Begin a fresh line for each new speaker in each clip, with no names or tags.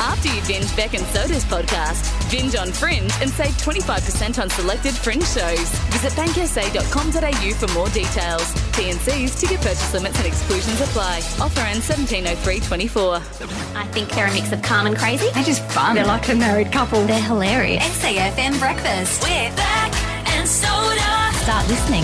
after you binge Beck and Soda's podcast. Binge on Fringe and save 25% on selected Fringe shows. Visit banksa.com.au for more details. TNC's ticket purchase limits and exclusions apply. Offer ends 170324.
I think they're a mix of calm and crazy.
They're just fun.
They're like a married couple.
They're hilarious.
SAFM Breakfast.
We're back and soda.
Start listening.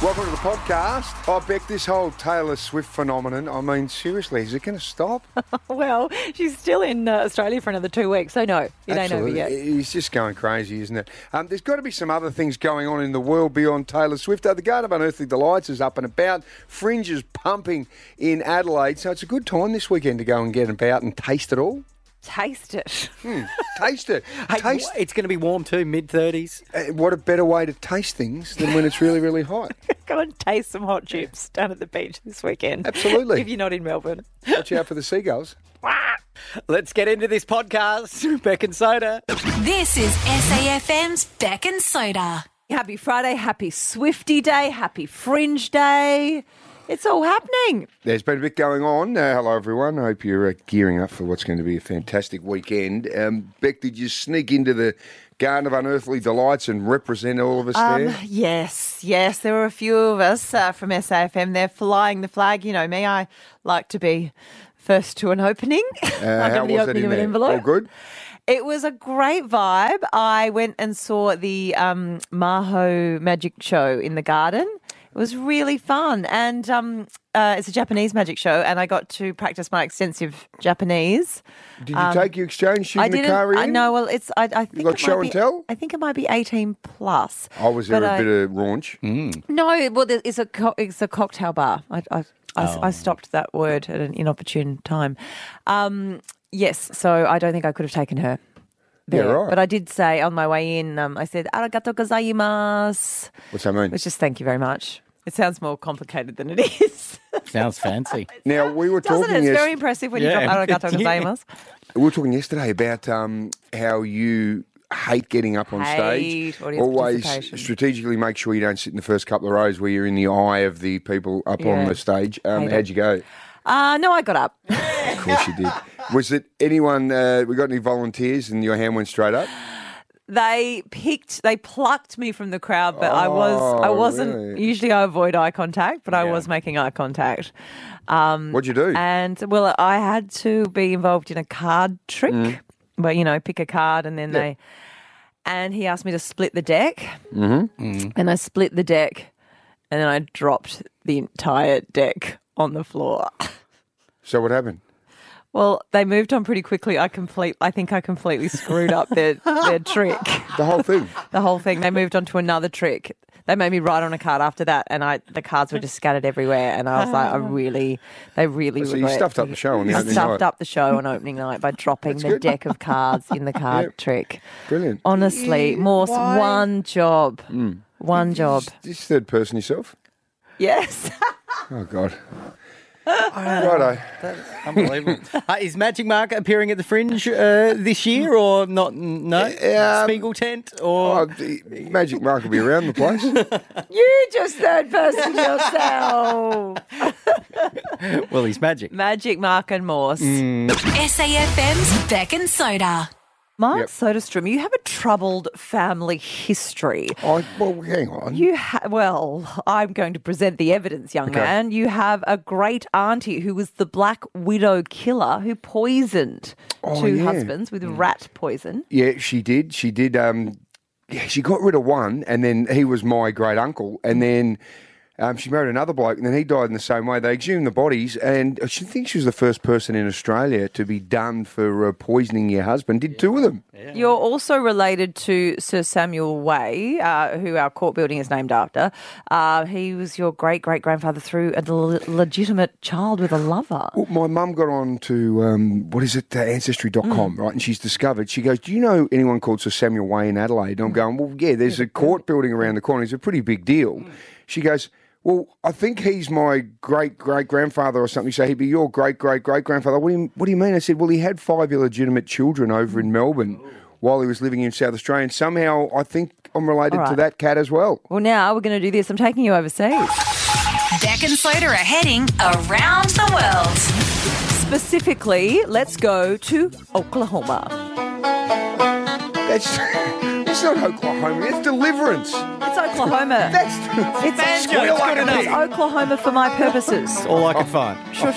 Welcome to the podcast. I bet this whole Taylor Swift phenomenon, I mean, seriously, is it going to stop?
Well, she's still in uh, Australia for another two weeks, so no, it ain't over
Absolutely.
yet.
It's just going crazy, isn't it? Um, there's got to be some other things going on in the world beyond Taylor Swift. Uh, The Garden of Unearthly Delights is up and about. Fringe is pumping in Adelaide, so it's a good time this weekend to go and get about and taste it all. Hmm.
Taste it.
Taste it.
Hey,
taste.
it's going to be warm too, mid 30s.
uh, What a better way to taste things than when it's really, really hot.
Go and taste some hot chips down at the beach this weekend.
Absolutely.
If you're not in Melbourne.
Watch out for the seagulls.
Let's get into this podcast, Beck and Soda.
This is SAFM's Beck and Soda.
Happy Friday, happy Swifty Day, happy Fringe Day. It's all happening.
There's been a bit going on. Uh, hello, everyone. I hope you're uh, gearing up for what's going to be a fantastic weekend. Um, Beck, did you sneak into the Garden of Unearthly Delights and represent all of us
Um,
there? Uh,
Yes, yes. There were a few of us uh, from SAFM there flying the flag. You know me, I like to be first to an opening.
Uh,
like
how
over the
was it in
opening of an
there?
envelope.
All good.
It was a great vibe. I went and saw the um, Maho magic show in the garden. It was really fun. And um, uh, it's a Japanese magic show, and I got to practice my extensive Japanese.
Did you take your exchange
I
student
didn't.
Nakari
I
in?
know. Well, it's. I, I think
got
it might
show and
be-
tell?
I think it might be eighteen plus.
I was there
But
a
I- Mm.
bit of raunch.
No, well, there- it's a co- it's a cocktail bar. I I, I s-
Oh.
I stopped that word at an inopportune time. Um, yes, so I don't think I could have taken her.
Yeah,
There.
right.
But I did say on my way in, um, I said "arigato gozaimasu,"
What's that mean?
which is thank you very much. It sounds more complicated than it is,
Sounds fancy.
Now we were
doesn't
talking.
it? It's
yes-
very impressive when
Yeah.
you drop "arigato
Yeah.
gozaimasu."
we were talking yesterday about um, how you hate getting up on stage.
Hate audience
Always
participation.
strategally make sure you don't sit in the first couple of rows where you're in the eye of the people up on
Yeah.
the stage. Um,
Hate it.
how'd you go?
Uh, no, I got up.
Of course you did. Was it anyone? Uh, we got any volunteers? And your hand went straight up.
they picked they plucked me from the crowd but i was i
Oh,
wasn't
really?
usually i avoid eye contact but i was making eye contact um
What'd you do?
and well i had to be involved in a card trick
Mm. Mm-hmm.
where you know pick a card and then they and he asked me to split the deck mm-hmm. and i split the deck and then i dropped the entire deck on the floor
so what happened?
well they moved on pretty quickly i complete i think i completely screwed up their their trick
The whole thing.
the whole thing. They moved on to another trick. They made me write on a card after that, and I the cards were just scattered everywhere. And I was like, I really, they really.
So you
regret
stuffed up
me.
the show on the
I
opening
stuffed
night.
up the show on opening night by dropping the
good.
deck of cards in the card trick.
Brilliant.
Honestly, Morse, one job, one job.
This third person yourself.
Yes.
Oh God. Righto.
Unbelievable. uh, is Magic Mark appearing at the Fringe uh, this year or not? N- No. Spiegel tent
um, Oh,
or.
the magic mark will be around the place.
You just third person yourself.
Well, he's magic.
Magic Mark and Morse.
Mm.
SAFM's Beck and Soda.
Mark
Yep.
Soderstrom, you have a troubled family history.
I, well, hang on.
You ha- well, I'm going to present the evidence, young man. You have a great auntie who was the Black Widow killer who poisoned
Oh,
two
yeah. Mm.
husbands with rat poison.
Yeah, she did. She did. Um, yeah, she got rid of one, and then he was my great uncle, and then um, she married another bloke, and then he died in the same way. They exhumed the bodies, and she thinks she was the first person in Australia to be done for uh, poisoning your husband. Did two of them.
You're also related to Sir Samuel Way, uh, who our court building is named after. Uh, he was your great great grandfather through a le- legitimate child with a lover.
Well, my mum got on to um, what is it, uh, ancestry.com, right? And she's discovered, she goes, Do you know anyone called Sir Samuel Way in Adelaide? And I'm going, Well, Hmm. yeah, Hmm. there's a court building around the corner. It's a pretty big deal. She goes, Well, I think he's my great great grandfather or something. So he'd be your great great great grandfather. What do, you, what do you mean? I said, Well, he had five illegitimate children over in Melbourne while he was living in South Australia. And somehow I think I'm related to
right.
that cat as well.
Well, now we're going to do this. I'm taking you overseas.
Beck and Soda are heading around the world.
specifically, let's go to Oklahoma.
That's, that's not Oklahoma. It's Deliverance.
It's Oklahoma.
That's
It's,
Banjo, it's good
it's
enough.
Oklahoma for my purposes.
All I could find.
Shush,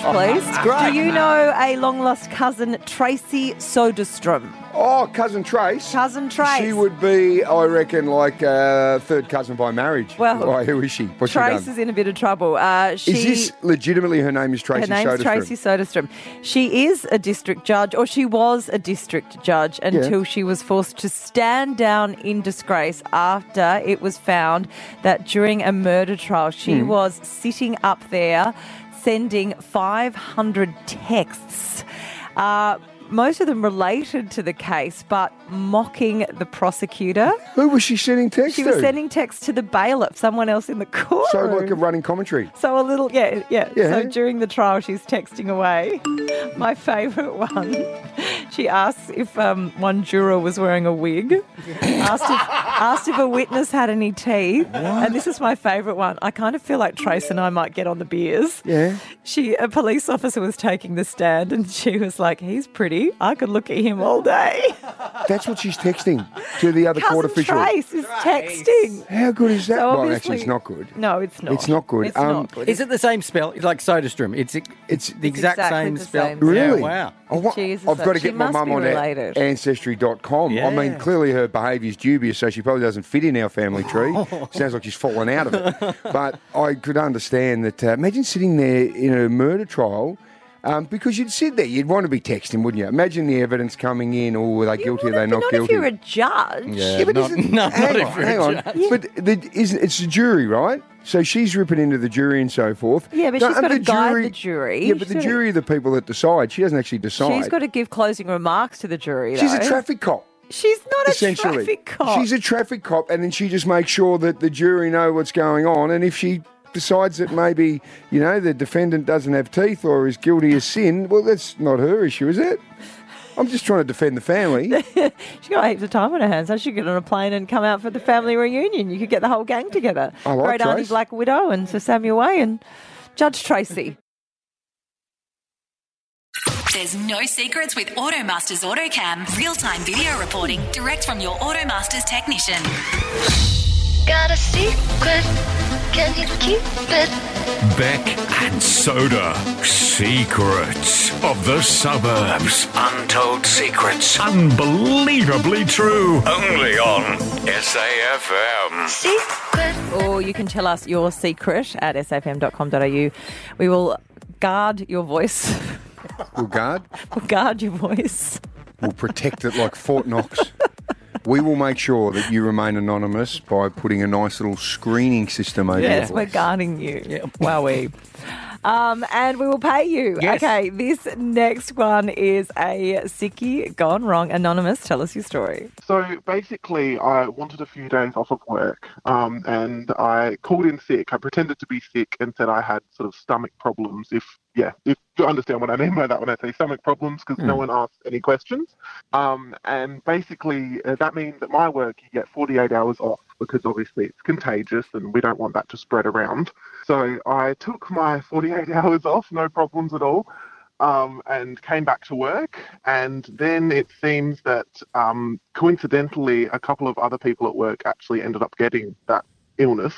please.
great.
Do you know a long lost cousin, Tracy Soderstrom?
oh, cousin Trace.
Cousin Trace.
She would be, I reckon, like uh, third cousin by marriage.
Well,
Why, who is she? What's
Trace
she done?
is in a bit of trouble. Uh, she,
is this legitimately her name is Tracy?
her name's
Soderstrom?
Tracy Soderstrom. She is a district judge, or she was a district judge until she was forced to stand down in disgrace after it was found that during a murder trial she
Hmm.
was sitting up there sending 500 texts. Uh, most of them related to the case, but mocking the prosecutor.
Who was she sending texts
She
to?
was sending texts to the bailiff, someone else in the court.
so like a running commentary.
So a little, yeah, yeah.
Yeah.
So during the trial, she's texting away. My favourite one. She asks if um, one juror was wearing a wig. Asked if, asked if a witness had any teeth. And this is my favourite one. I kind of feel like Trace and I might get on the beers.
Yeah.
She, a police officer, was taking the stand, and she was like, "He's pretty. I could look at him all day."
That's what she's texting to the other court
Cousin
official.
Trace is texting.
How good is that?
So
well, actually,
obviously-
it's not good.
No, it's not.
It's not good.
It's
Um,
not good.
Is it the same spell? Like Soderstrom. It's it's the exact
exactly
same
the
spell.
same.
Really?
Yeah, wow.
I wa-
Jesus,
I've got to
she
get my
must
mum
be
on
related.
Ancestry.com. I mean,
Yeah.
clearly her behaviour's dubious, so she probably doesn't fit in our family tree. Sounds like she's fallen out of it. but I could understand that. Uh, imagine sitting there in a murder trial. Um, because you'd sit there, you'd want to be texting, wouldn't you? Imagine the evidence coming in, or were they guilty, are
Well,
they not,
not
guilty?
if you're a judge.
Yeah, but
not-
isn't,
no, not
hang
if
on,
you're a
hang on. But the, isn't, it's the jury, right? So she's ripping into the jury and so forth.
Yeah, but she's
and
gotta guide the jury.
Yeah, but
She's
the
gotta-
jury are the people that decide. She doesn't actually decide.
She's got to give closing remarks to the jury.
She's a
though.
traffic cop.
She's not a
Essentially,
traffic cop.
she's a traffic cop, and then she just makes sure that the jury know what's going on. And if she decides that maybe you know the defendant doesn't have teeth or is guilty of sin, well, that's not her issue, is it? I'm just trying to defend the family.
She's got heaps of time on her hands. I should get on a plane and come out for the family reunion. You could get the whole gang together.
I like
Great Auntie
Trace.
Black Widow and Sir Samuel Way and Judge Tracy.
There's no secrets with Automasters AutoCam. Real time video reporting direct from your Automasters technician.
Got a secret? Can you keep it?
Beck and Soda. Secrets of the suburbs. Untold secrets. Unbelievably true. Only on SAFM.
Secret.
Or you can tell us your secret at safm.com.au. We will guard your voice.
Well, guard.
We'll guard your voice.
will protect it like Fort Knox. We will make sure that you remain anonymous by putting a nice little screening system over
Yes,
your
we're
voice.
guarding you. Wowee. Um, and we will pay you.
Yes.
Okay, this next one is a sickie gone wrong. Anonymous, tell us your story.
So basically, I wanted a few days off of work, um, and I called in sick. I pretended to be sick and said I had sort of stomach problems. If yeah, if you understand what I mean by that when I say stomach problems, because no one asked any questions. Um, and basically, uh, that means at my work you get 48 hours off because obviously it's contagious, and we don't want that to spread around. So I took my 48 hours off, no problems at all um, and came back to work. And then it seems that um, coincidentally, a couple of other people at work actually ended up getting that illness.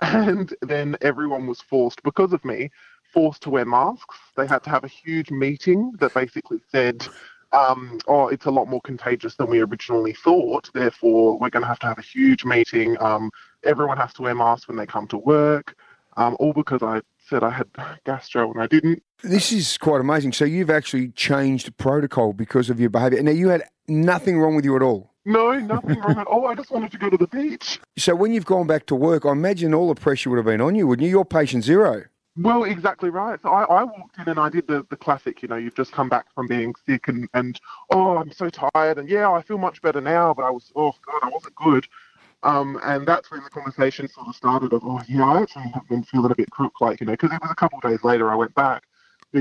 And then everyone was forced, because of me, forced to wear masks. They had to have a huge meeting that basically said, um, oh, it's a lot more contagious than we originally thought. Therefore, we're going to have to have a huge meeting. Um, everyone has to wear masks when they come to work, um, all because I said I had gastro and I didn't.
This is quite amazing. So you've actually changed protocol because of your behaviour. Now you had nothing wrong with you at all.
No, nothing wrong at all. I just wanted to go to the beach.
So when you've gone back to work, I imagine all the pressure would have been on you, wouldn't you? You're patient zero.
Well, exactly right. So I, I walked in and I did the, the classic, you know, you've just come back from being sick and, and, oh, I'm so tired. And yeah, I feel much better now, but I was, oh, God, I wasn't good. Um, and that's when the conversation sort of started of, oh, yeah, I actually have been feeling a bit crook, like, you know, because it was a couple of days later I went back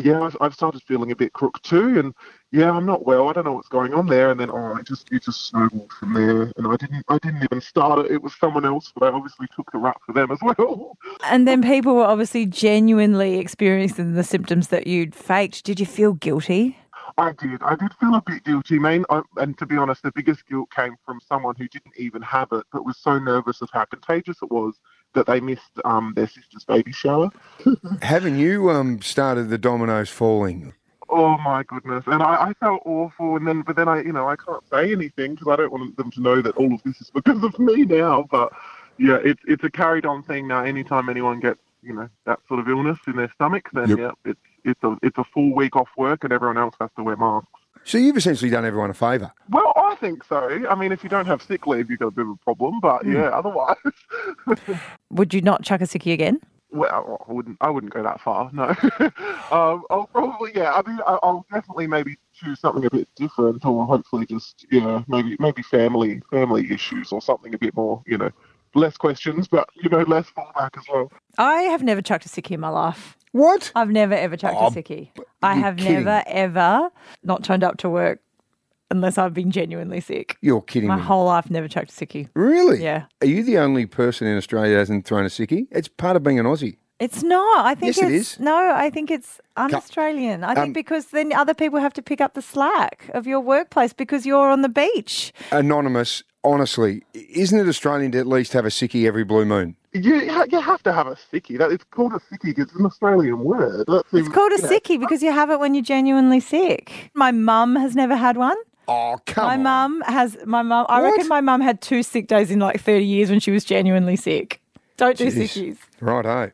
yeah, I've, I've started feeling a bit crook too, and yeah, I'm not well. I don't know what's going on there. And then oh, it just it just snowballed from there, and I didn't I didn't even start it. It was someone else, but I obviously took the rap for them as well.
And then people were obviously genuinely experiencing the symptoms that you'd faked. Did you feel guilty?
I did. I did feel a bit guilty, man. I, and to be honest, the biggest guilt came from someone who didn't even have it, but was so nervous of how contagious it was that they missed um, their sister's baby shower.
Haven't you um, started the dominoes falling?
Oh my goodness! And I, I felt awful, and then but then I, you know, I can't say anything because I don't want them to know that all of this is because of me now. But yeah, it's it's a carried on thing now. Anytime anyone gets you know that sort of illness in their stomach, then
Yep.
yeah, it's it's a it's a full week off work, and everyone else has to wear masks.
So you've essentially done everyone a favour.
Well, I think so. I mean, if you don't have sick leave, you've got a bit of a problem. But
Hmm.
yeah, otherwise,
Would you not chuck a sickie again?
well, I wouldn't. I wouldn't go that far. No, um, I'll probably yeah. I mean, I- I'll definitely maybe choose something a bit different, or hopefully just you know maybe maybe family family issues or something a bit more you know less questions, but you know less fallback as well.
I have never chucked a sickie in my life.
What?
I've never ever chucked
Oh,
a sickie. I
you're
have
kidding.
never ever not turned up to work unless I've been genuinely sick.
You're kidding
my
me.
whole life never chucked a sickie.
Really?
Yeah.
Are you the only person in Australia that hasn't thrown a sickie? It's part of being an Aussie.
It's not. I think
Yes, it
it's
is.
no, I think it's un
Ca-
Australian. I think
Um,
because then other people have to pick up the slack of your workplace because you're on the beach.
Anonymous, honestly, isn't it Australian to at least have a sickie every blue moon?
You ha- you have to have a sickie. That it's called a sickie. 'cause It's an Australian word. That's
Mm,
It's called a sickie because you have it when you're genuinely sick. My mum has never had one.
Oh, come
my mum has my mum I reckon my mum had two sick days in like 30 years when she was genuinely sick. Don't do sickies.
Righto.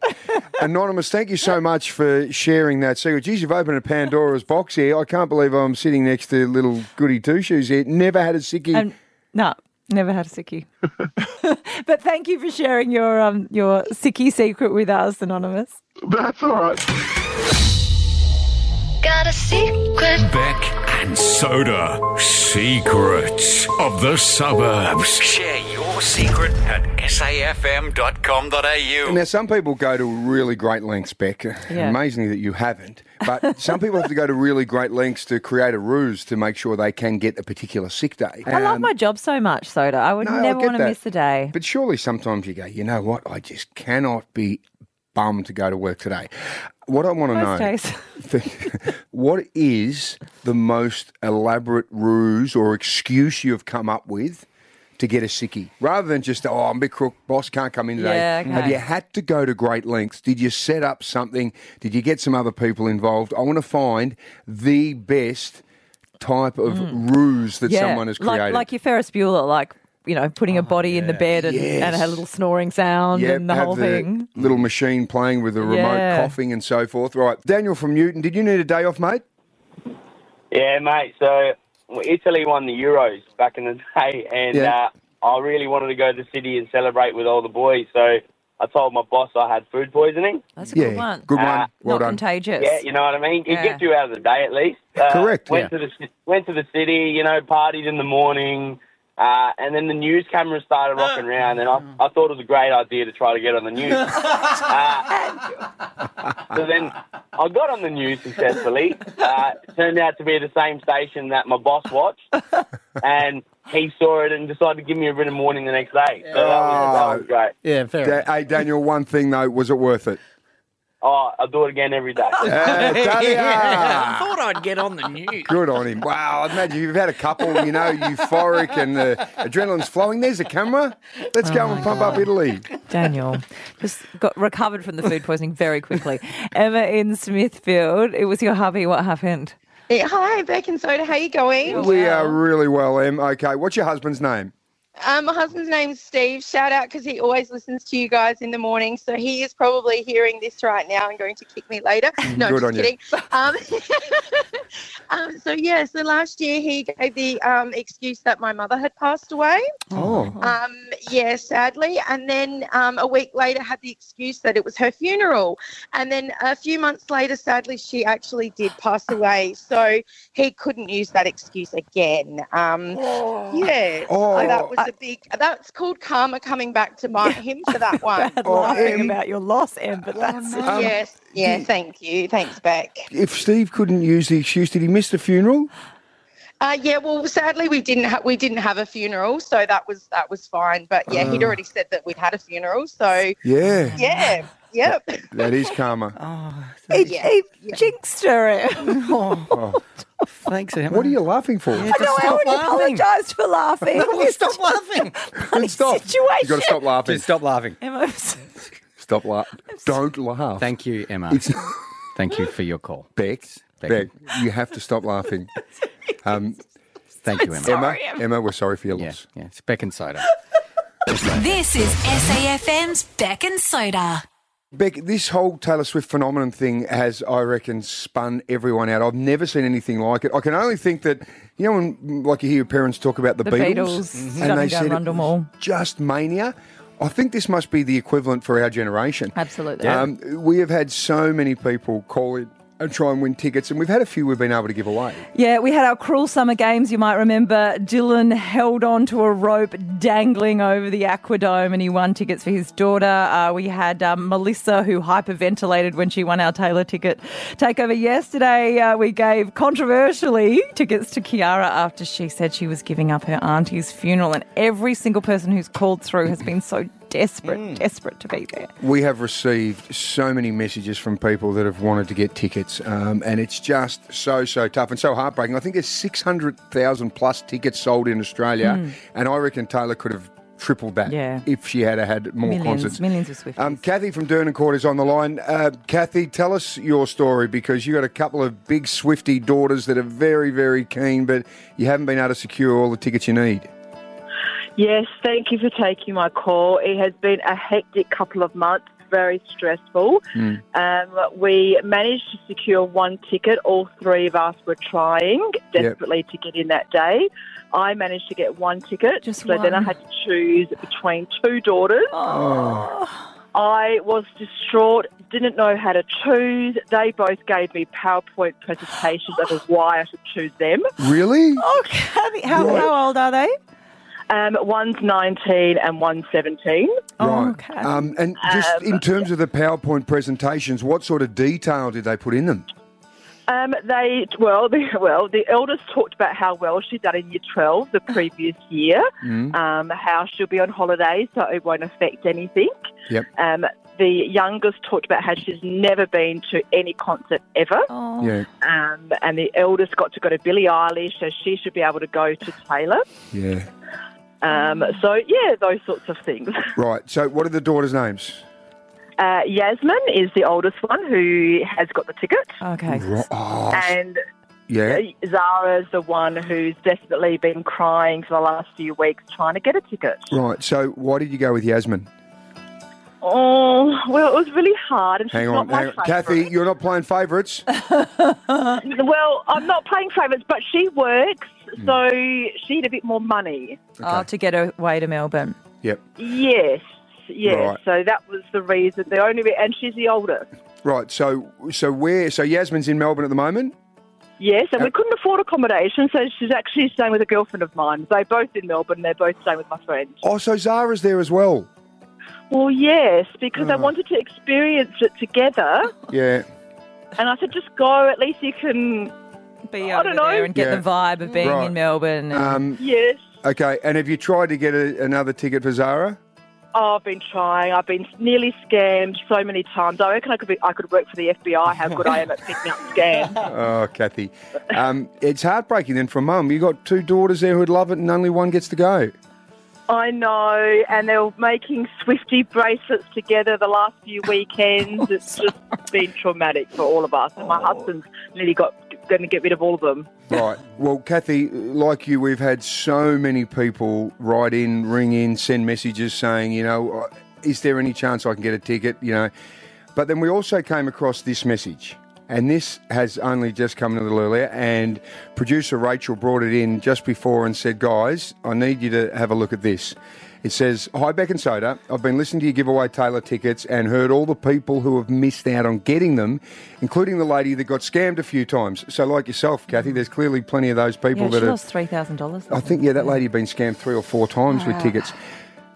Anonymous, thank you so much for sharing that secret. Geez, you've opened a Pandora's box here. I can't believe I'm sitting next to little goody two shoes here. Never had a sickie.
Um, no, never had a sickie. but thank you for sharing your um your sickie secret with us anonymous.
That's all right.
Got a secret.
Beck and Soda, Secrets of the Suburbs. Share your secret at safm.com.au.
Now, some people go to really great lengths, Beck.
Yeah.
Amazingly that you haven't. But some people have to go to really great lengths to create a ruse to make sure they can get a particular sick day.
I love
Um,
my job so much, Soda. I would
No, I
never
get
want to
that.
miss the day.
But surely sometimes you go, you know what? I just cannot be bummed to go to work today. What I want to
Most
know.
days.
what is the most elaborate ruse or excuse you've come up with to get a sickie? Rather than just, oh, I'm a bit crook, boss can't come in today.
Yeah, okay.
Have you had to go to great lengths? Did you set up something? Did you get some other people involved? I want to find the best type of ruse that someone has created.
Mm.
Oh,
Like, like your Ferris Bueller, like, you know, putting a body in the bed and, and a
Yes.
little snoring sound
Yep,
and the
have
whole thing.
Little machine playing with the remote,
Yeah.
coughing and so forth. Right, Daniel from Newton, did you need a day off, mate?
Yeah, mate. So well, Italy won the Euros back in the day, and
Yeah.
uh, I really wanted to go to the city and celebrate with all the boys. So I told my boss I had food poisoning.
That's
a good Yeah, one. good one.
Uh,
Well
Not
done.
contagious.
Yeah, you know what I mean. It
Yeah.
gets you out of the day at least. Uh,
Correct,
Went
yeah.
to the ci- went to the city. You know, partied in the morning. Uh, and then the news cameras started rocking around, and I,
Oh.
I thought it was a great idea to try to get on the news. Uh, so then I got on the news successfully. Uh, it turned out to be the same station that my boss watched, and he saw it and decided to give me a written warning the next day. So that was, that was great.
Yeah,
Da- Hey, Daniel, one thing though, was it worth it?
Oh, I do it again every day.
Daniel.
thought I'd get on the news.
Good on him. Wow, imagine if you've had a couple, you know, euphoric and the adrenaline's flowing. There's a camera. Let's go and pump up Italy.
Daniel just got recovered from the food poisoning very quickly. Emma in Smithfield, it was your hubby. What happened?
Yeah, hi, Beck and Soda. How you going?
We are really well, Em. Okay, what's your husband's name?
Um, my husband's name's Steve. Shout out because he always listens to you guys in the morning. So he is probably hearing this right now and going to kick me later. No,
Good
just
on you.
kidding. Um, um, so yeah, so last year he gave the um, excuse that my mother had passed away.
Oh.
Um, yeah, sadly. And then um, a week later had the excuse that it was her funeral. And then a few months later, sadly, she actually did pass away. So he couldn't use that excuse again. Um,
Oh.
Yeah. So that was a big, that's called karma coming back to bite him for that one. Oh,
Bad laughing about your loss, Em, but that's
yes. Yeah, thank you. Thanks, back.
If Steve couldn't use the excuse, did he miss the funeral?
Uh, yeah, well, sadly we didn't ha- we didn't have a funeral, so that was that was fine. But yeah, he'd
Oh.
already said that we'd had a funeral, so
Yeah.
yeah, yep.
That is karma.
He, he jinxed her. I
Oh.
Thanks, Emma.
What are you laughing for?
know. I already apologised for laughing.
stop laughing.
Then stop. You got
situation.
to stop laughing.
Just stop laughing.
Emma,
Stop laughing. Don't laugh.
Thank you, Emma.
It's-
Thank you for your call.
Beck,
Beck.
Beck, you have to stop laughing. Um,
Thank you, Emma.
Emma, Emma, we're sorry for your loss.
Yeah, it's Beck and Soda.
This is SAFM's Beck and Soda.
Beck, this whole Taylor Swift phenomenon thing has, I reckon, spun everyone out. I've never seen anything like it. I can only think that you know when, like, you hear parents talk about the,
The Beatles, Mhm. Johnny Go
it
Rundle
was
Mall.
just mania. I think this must be the equivalent for our generation.
Absolutely.
Um, we have had so many people call it and try and win tickets, and we've had a few we've been able to give away.
Yeah, we had our cruel summer games, you might remember. Dylan held on to a rope dangling over the Aquadome and he won tickets for his daughter. Uh, we had um, Melissa, who hyperventilated when she won our Taylor ticket takeover yesterday. Uh, we gave controversially tickets to Kiara after she said she was giving up her auntie's funeral, and every single person who's called through has been so desperate,
Mm.
desperate to be there.
We have received so many messages from people that have wanted to get tickets, um, and it's just so, so tough and so heartbreaking. I think there's 600,000 plus tickets sold in Australia,
Mm.
and I reckon Taylor could have tripled that
Yeah.
if she had had more
millions,
concerts.
millions of Swifties.
Um, Kathy from Dernan Court is on the line. Uh, Kathy, tell us your story because you got a couple of big Swifty daughters that are very, very keen, but you haven't been able to secure all the tickets you need.
Yes, thank you for taking my call. It has been a hectic couple of months, very stressful.
Mm.
Um, we managed to secure one ticket. All three of us were trying
Yep.
desperately to get in that day. I managed to get one ticket, Just so then I
one.
had to choose between two daughters. Oh. I was distraught, didn't know how to choose. They both gave me PowerPoint presentations of why I should choose them.
Really?
Okay.
How- Right. how
old are they? Um, one's 19 and one's 17.
right. Okay. Um, and just
Oh, Um,
in terms of the PowerPoint presentations, what sort of detail did they put in them?
Um, they well, the, well, the eldest talked about how well she'd done in Year Twelve the previous year,
Mm.
um, how she'll be on holiday so it won't affect anything.
Yep.
Um, the youngest talked about how she's never been to any concert ever.
Oh.
Yeah.
Um, and the eldest got to go to Billie Eilish, so she should be able to go to Taylor.
Yeah.
Um, so, yeah, those sorts of things.
Right. So, what are the daughters' names?
Uh, Yasmin is the oldest one who has got the ticket. Okay.
Ro- oh,
ah.
And uh,
yeah.
Zara's the one who's definitely been crying for the last few weeks trying to get a ticket.
Right. So, why did you go with Yasmin?
Oh, well, it was really hard. And she's
Hang on.
not my
Hang on. Kathy, you're not playing favourites.
favourite. well, I'm not playing favourites, but she works,
Hmm.
so she had a bit more money. Uh,
Oh, to get away to Melbourne.
yep.
Yes, yes.
Right.
So that was the reason. The only re- and she's the oldest.
Right. So, so where? So Yasmin's in Melbourne at the moment.
Yes,
Uh,
and we couldn't afford accommodation, so she's actually staying with a girlfriend of mine. They're both in Melbourne. They're both staying with my friend.
Oh, so Zara's there as well.
Well, yes, because I
Oh.
wanted to experience it together,
Yeah.
and I said, just go. At least you can.
Be
I don't know.
there and get
Yeah.
the vibe of being
Right.
in Melbourne. and-
Um,
Yes.
Okay. And have you tried to get a, another ticket for Zara?
Oh, I've been trying. I've been nearly scammed so many times. I reckon I could be, I could work for the FBI. How good I am at picking up scams.
Oh, Kathy, um, it's heartbreaking. Then for mum, you got two daughters there who'd love it, and only one gets to go.
I know, and they were making Swifty bracelets together the last few weekends.
Oh,
It's just been traumatic for all of us. And my husband's nearly got going to get rid of all of them.
Right. Well, Kathy, like you, we've had so many people write in, ring in, send messages saying, you know, "Uh, is there any chance I can get a ticket? You know, but then we also came across this message. And this has only just come in a little earlier. And producer Rachel brought it in just before and said, Guys, I need you to have a look at this. It says, Hi, Beck and Soda. I've been listening to your giveaway Taylor tickets and heard all the people who have missed out on getting them, including the lady that got scammed a few times. So, like yourself, Kathy, there's clearly plenty of those people
yeah,
that
she
have.
lost three thousand dollars.
I think, yeah, that lady had been scammed three or four times with
Wow.
tickets.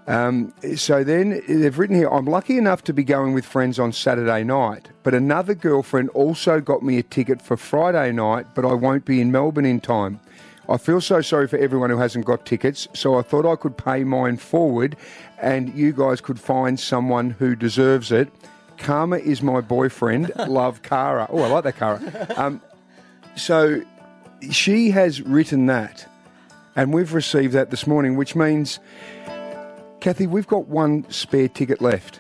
Um, so then they've written here, I'm lucky enough to be going with friends on Saturday night, but another girlfriend also got me a ticket for Friday night, but I won't be in Melbourne in time. I feel so sorry for everyone who hasn't got tickets, so I thought I could pay mine forward and you guys could find someone who deserves it. Karma is my boyfriend. Love Kara. Oh, I like that Kara. Um, so she has written that, and we've received that this morning, which means, Kathy, we've got one spare ticket left.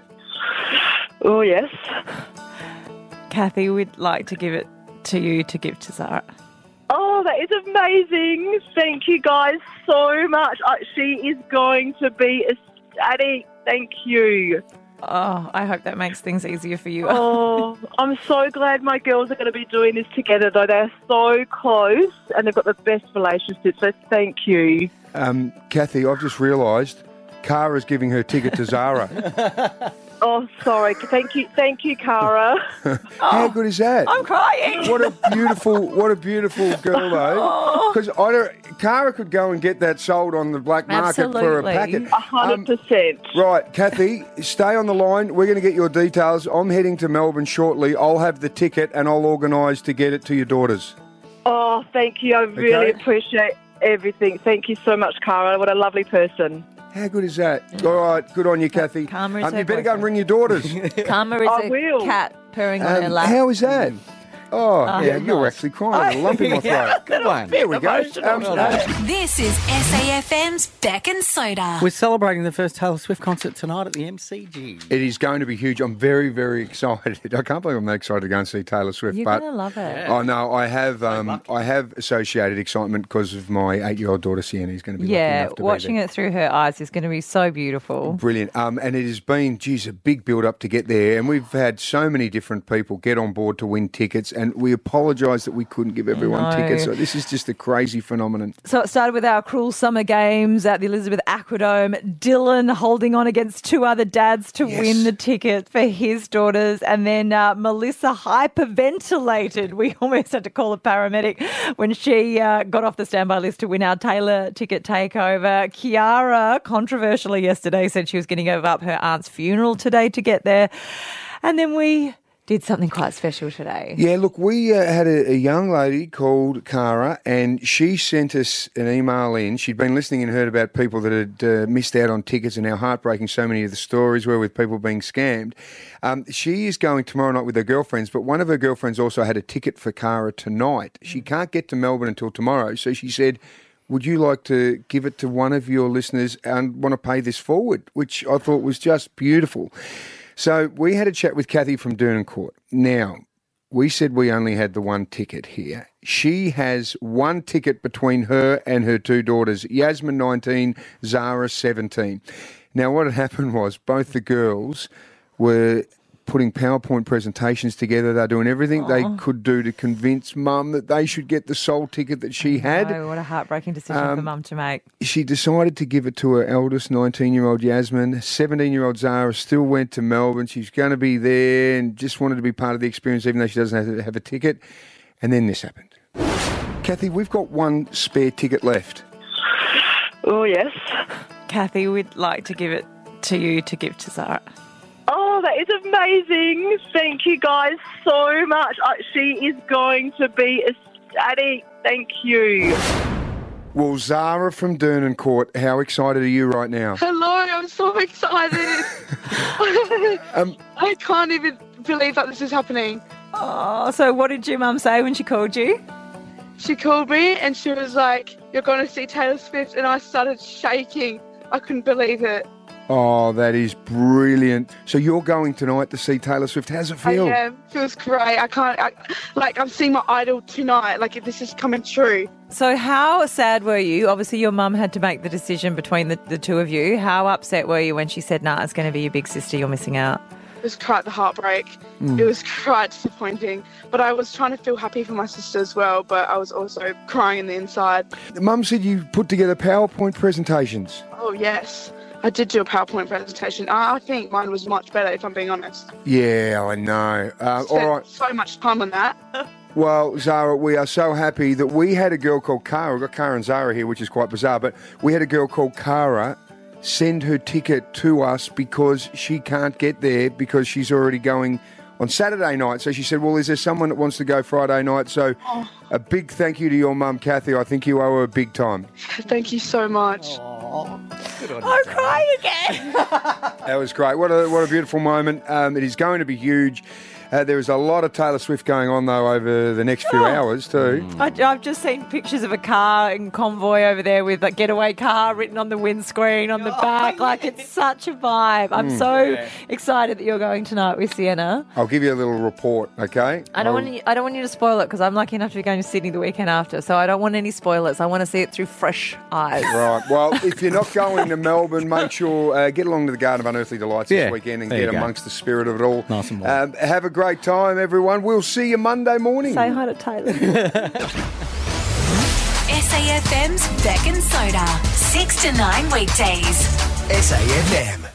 Oh, yes.
Kathy, we'd like to give it to you to give to Zara.
Oh, that is amazing. Thank you guys so much. Uh, she is going to be ecstatic. Thank you.
Oh, I hope that makes things easier for you.
Oh, I'm so glad my girls are going to be doing this together, though. They're so close and they've got the best relationship. So thank you.
Um, Kathy, I've just realised Kara's giving her ticket to Zara.
Oh, sorry. Thank you. Thank you, Cara.
How good is that?
I'm crying.
What a beautiful, what a beautiful girl
Oh.
though. Because I don't, Cara could go and get that sold on the black market for a packet. Um,
100%.
Right, Kathy, stay on the line. We're going to get your details. I'm heading to Melbourne shortly. I'll have the ticket and I'll organise to get it to your daughters.
oh, thank you. I really
Okay.
appreciate everything. Thank you so much, Cara. What a lovely person.
How good is that? All right, good on you, Kathy.
Karma
is
um,
her
you better go and ring your daughters.
Karma
Oh,
is
I
a
will.
cat purring on her
Um,
lap.
how is that?
mm.
Oh,
Ah.
yeah, you're actually crying. A lump in my
Yeah,
throat.
good one.
There we go.
Emotional.
Um,
Well done.
This is SAFM's Beck and Soda.
We're celebrating the first Taylor Swift concert tonight at the MCG.
It is going to be huge. I'm very, very excited. I can't believe I'm that excited to go and see Taylor Swift.
You're
but
gonna love it.
Oh no, I have um, I have associated excitement because of my eight year old daughter Sienna who's going to be lucky
Yeah,
enough to
watching
be
it through her eyes is going to be so beautiful.
Brilliant. Um, and it has been, geez, a big build up to get there. And we've had so many different people get on board to win tickets. And we apologise that we couldn't give everyone
know.
tickets. So this is just a crazy phenomenon.
So it started with our cruel summer games at the Elizabeth Aquadome. Dylan holding on against two other dads to win the ticket for his daughters. And then uh, Melissa hyperventilated. We almost had to call a paramedic when she uh, got off the standby list to win our Taylor ticket takeover. Kiara, controversially yesterday, said she was going to give up her aunt's funeral today to get there. And then we did something quite special today.
Yeah, look, we uh, had a, a young lady called Cara, and she sent us an email in. She'd been listening and heard about people that had uh, missed out on tickets and how heartbreaking so many of the stories were with people being scammed. Um, she is going tomorrow night with her girlfriends, but one of her girlfriends also had a ticket for Cara tonight. She can't get to Melbourne until tomorrow, so she said, would you like to give it to one of your listeners and want to pay this forward? Which I thought was just beautiful. So we had a chat with Kathy from Durham Court. Now, we said we only had the one ticket here. She has one ticket between her and her two daughters, Yasmin 19, Zara 17. Now, what had happened was both the girls were putting PowerPoint presentations together. They're doing everything they
Aw.
could do to convince mum that they should get the sole ticket that she had.
Oh, what a heartbreaking decision for
Um,
mum to make.
She decided to give it to her eldest 19 year old Yasmin. 17 year old Zara still went to Melbourne. She's going to be there and just wanted to be part of the experience, even though she doesn't have, have a ticket. And then this happened. Kathy, we've got one spare ticket left.
Oh, yes.
Kathy, we'd like to give it to you to give to Zara.
Oh, that is amazing. Thank you guys so much. Uh, she is going to be ecstatic. Thank you.
Well, Zara from Dernan Court, how excited are you right now?
Hello, I'm so excited.
Um,
I can't even believe that this is happening.
Oh, so what did your mum say when she called you?
She called me and she was like, You're going to see Taylor Swift. And I started shaking. I couldn't believe it.
Oh, that is brilliant. So you're going tonight to see Taylor Swift. How's it feel?
I am. Feels great. I can't, I, like, I'm seeing my idol tonight. Like, if this is coming true.
So, how sad were you? Obviously, your mum had to make the decision between the, the two of you. How upset were you when she said, nah, it's going to be your big sister, you're missing out?
It was quite the heartbreak.
Mm.
It was quite disappointing. But I was trying to feel happy for my sister as well. But I was also crying in the inside.
Mum said you put together PowerPoint presentations.
Oh, yes. I did do a PowerPoint presentation. I I think mine was much better, if I'm being honest.
Yeah, I know. Uh, all
Spent
right.
So much time on that.
Well, Zara, we are so happy that we had a girl called Cara. We've got Cara and Zara here, which is quite bizarre, but we had a girl called Cara send her ticket to us because she can't get there because she's already going on Saturday night. So she said, Well, is there someone that wants to go Friday night? So a big thank you to your mum, Kathy. I think you owe her a big time.
Thank you so much.
I'm crying again.
That was great. What a what a beautiful moment. Um, it is going to be huge. Uh, there is a lot of Taylor Swift going on though over the next few
Oh.
hours too.
I, have just seen pictures of a car in convoy over there with like getaway car written on the windscreen on the back. Like it's such a vibe. I'm
Mm.
so
Yeah.
excited that you're going tonight with Sienna.
I'll give you a little report, okay?
I don't
I'll-
want you, I don't want you to spoil it because I'm lucky enough to be going to Sydney the weekend after, so I don't want any spoilers. I want to see it through fresh eyes.
Right. Well, if you're not going to Melbourne, make sure uh, get along to the Garden of Unearthly Delights
Yeah,
this weekend and
there
get
you go.
amongst the spirit of it all.
Nice and
Um, have a great time, everyone. We'll see you Monday morning.
Say hi to Taylor.
SAFM's Beck and Soda. Six to nine weekdays.
SAFM.